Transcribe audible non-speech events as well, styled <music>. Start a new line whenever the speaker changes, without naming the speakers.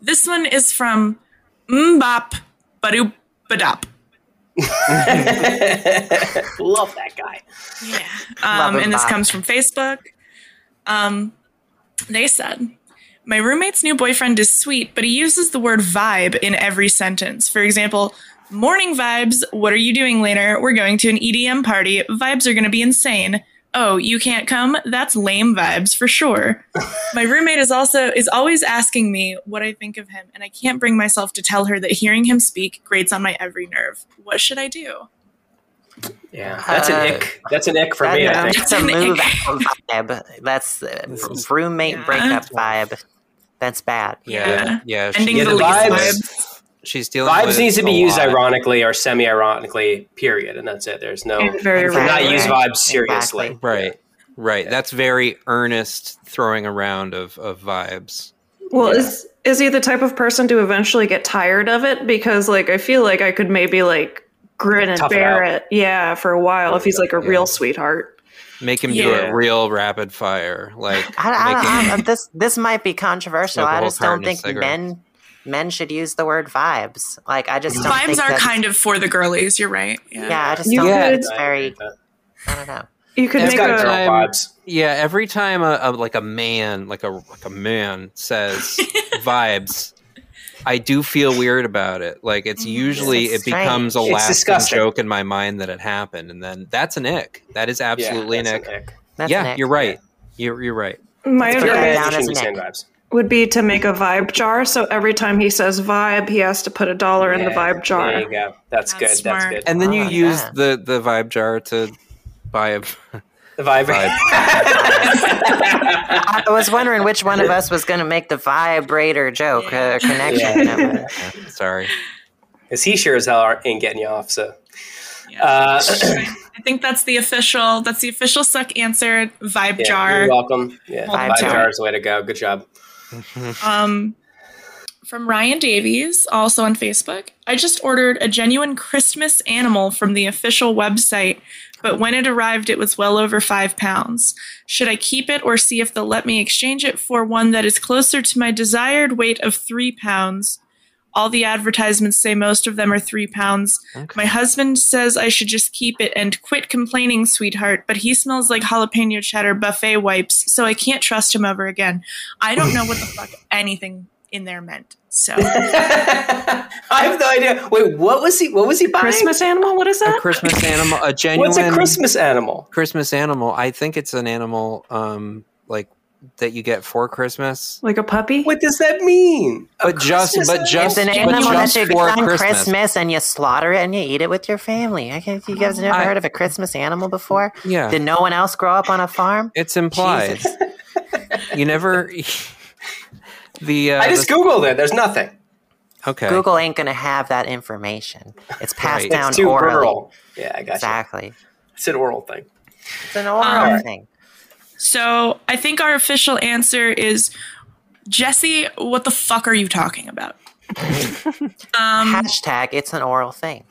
This one is from Mbop Badoop Badop.
Love that guy.
Yeah.
Love
Um, and this
Mbop.
comes from Facebook. Um, they said, My roommate's new boyfriend is sweet, but he uses the word vibe in every sentence. For example, morning vibes, what are you doing later? We're going to an EDM party. Vibes are going to be insane. Oh, you can't come? That's lame vibes for sure. My roommate is also is always asking me what I think of him, and I can't bring myself to tell her that hearing him speak grates on my every nerve. What should I do?
Yeah, that's an
Uh,
ick. That's an ick for me. I
That-
think.
That's a
An ick.
move out vibe. That's uh,
This is-
roommate
Yeah.
breakup vibe. That's bad.
Yeah.
Yeah. Yeah. she-
Ending
Yeah,
the,
the
lease
vibes-
vibes.
She's dealing with
Vibes needs to be
a
used
lot.
ironically or semi-ironically. Period, and that's it. There's no.
And very
you cannot
Exactly.
use vibes
Exactly.
seriously.
Right. Right. That's very earnest throwing around of, of vibes.
Well,
Yeah.
is is he the type of person to eventually get tired of it? Because like I feel like I could maybe like grin and
Tough it
bear
out.
it, yeah, for a while if he's like a
Yeah.
real sweetheart.
Make him do
Yeah.
a real rapid fire. Like
I, I,
make
I, this this might be controversial.
Smoke a
I
whole
just don't
carton of
think
cigarettes.
men men should use the word vibes. Like I just don't
Vibes
think
are
that's-
kind of for the girlies. You're right.
Yeah, I just
You
don't
could-
think it's very. I don't know.
You could
It's
It's
make
got girl
a
time.
vibes.
Yeah, every time a, a like a man, like a like a man says vibes, I do feel weird about it. Like it's
Mhm.
usually
It's
it becomes a
strange. It's
lasting
disgusting.
joke in my mind that it happened, and then that's an ick. That is absolutely
yeah,
an
that's
ick.
an ick.
That's
yeah,
an ick.
you're right. You're you're right.
my
If
It's
you're a
okay.
man,
advice
Down
you shouldn't
as
be
an
saying vibes.
would be to make a vibe jar. So every time he says vibe, he has to put a dollar in the
Yeah,
vibe
There
jar.
you go. That's,
That's
good.
smart.
That's good.
And then you
Ah,
use
yeah.
the the vibe jar to buy a <laughs>
the vibe.
<laughs>
<laughs>
I was wondering which one of us was going to make the vibrator joke
Yeah.
uh, connection.
<laughs>
Yeah.
Sorry.
Because he sure as hell aren't- ain't getting you off. So.
Yeah.
Uh,
I think that's the official. That's the official suck answer. Vibe
<clears throat> yeah,
jar.
You're welcome. Yeah,
Vibe
vibe
jar.
jar is the way to go.
<laughs>
Good job.
Um, from Ryan Davies, also on Facebook. I just ordered a genuine Christmas animal from the official website, but when it arrived, it was well over five pounds. Should I keep it or see if they'll let me exchange it for one that is closer to my desired weight of three pounds? All the advertisements say most of them are three pounds. My husband says I should just keep it and quit complaining, sweetheart, but he smells like jalapeno cheddar buffet wipes, so I can't trust him ever again. I don't know what the fuck anything in there meant. So
I have no idea. Wait, what was he? What was he buying?
Christmas animal? What is
A
that?
Christmas animal, a genuine
What's a Christmas animal?
Christmas animal. I think it's an animal um like that you get for Christmas.
Like a puppy?
What does that mean? A
But just-
Christmas
but
animal?
just-
It's an
But
animal that
just
you get
for
on
Christmas.
Christmas. and you slaughter it and you eat it with your family. I can't, you guys never
I-
heard of a Christmas animal before?
Yeah.
Did no one else grow up on a farm?
It's implied.
Jesus. <laughs>
You never. <laughs> the uh,
I just
the-
googled it. There's nothing.
okay.
Google ain't going to have that information. It's passed
Right.
down
It's too
orally.
oral. Yeah, I got you.
Exactly.
It's an oral thing.
It's an oral
Um,
thing.
so I think our official answer is Jesse, what the fuck are you talking about? um
Hashtag it's an oral thing.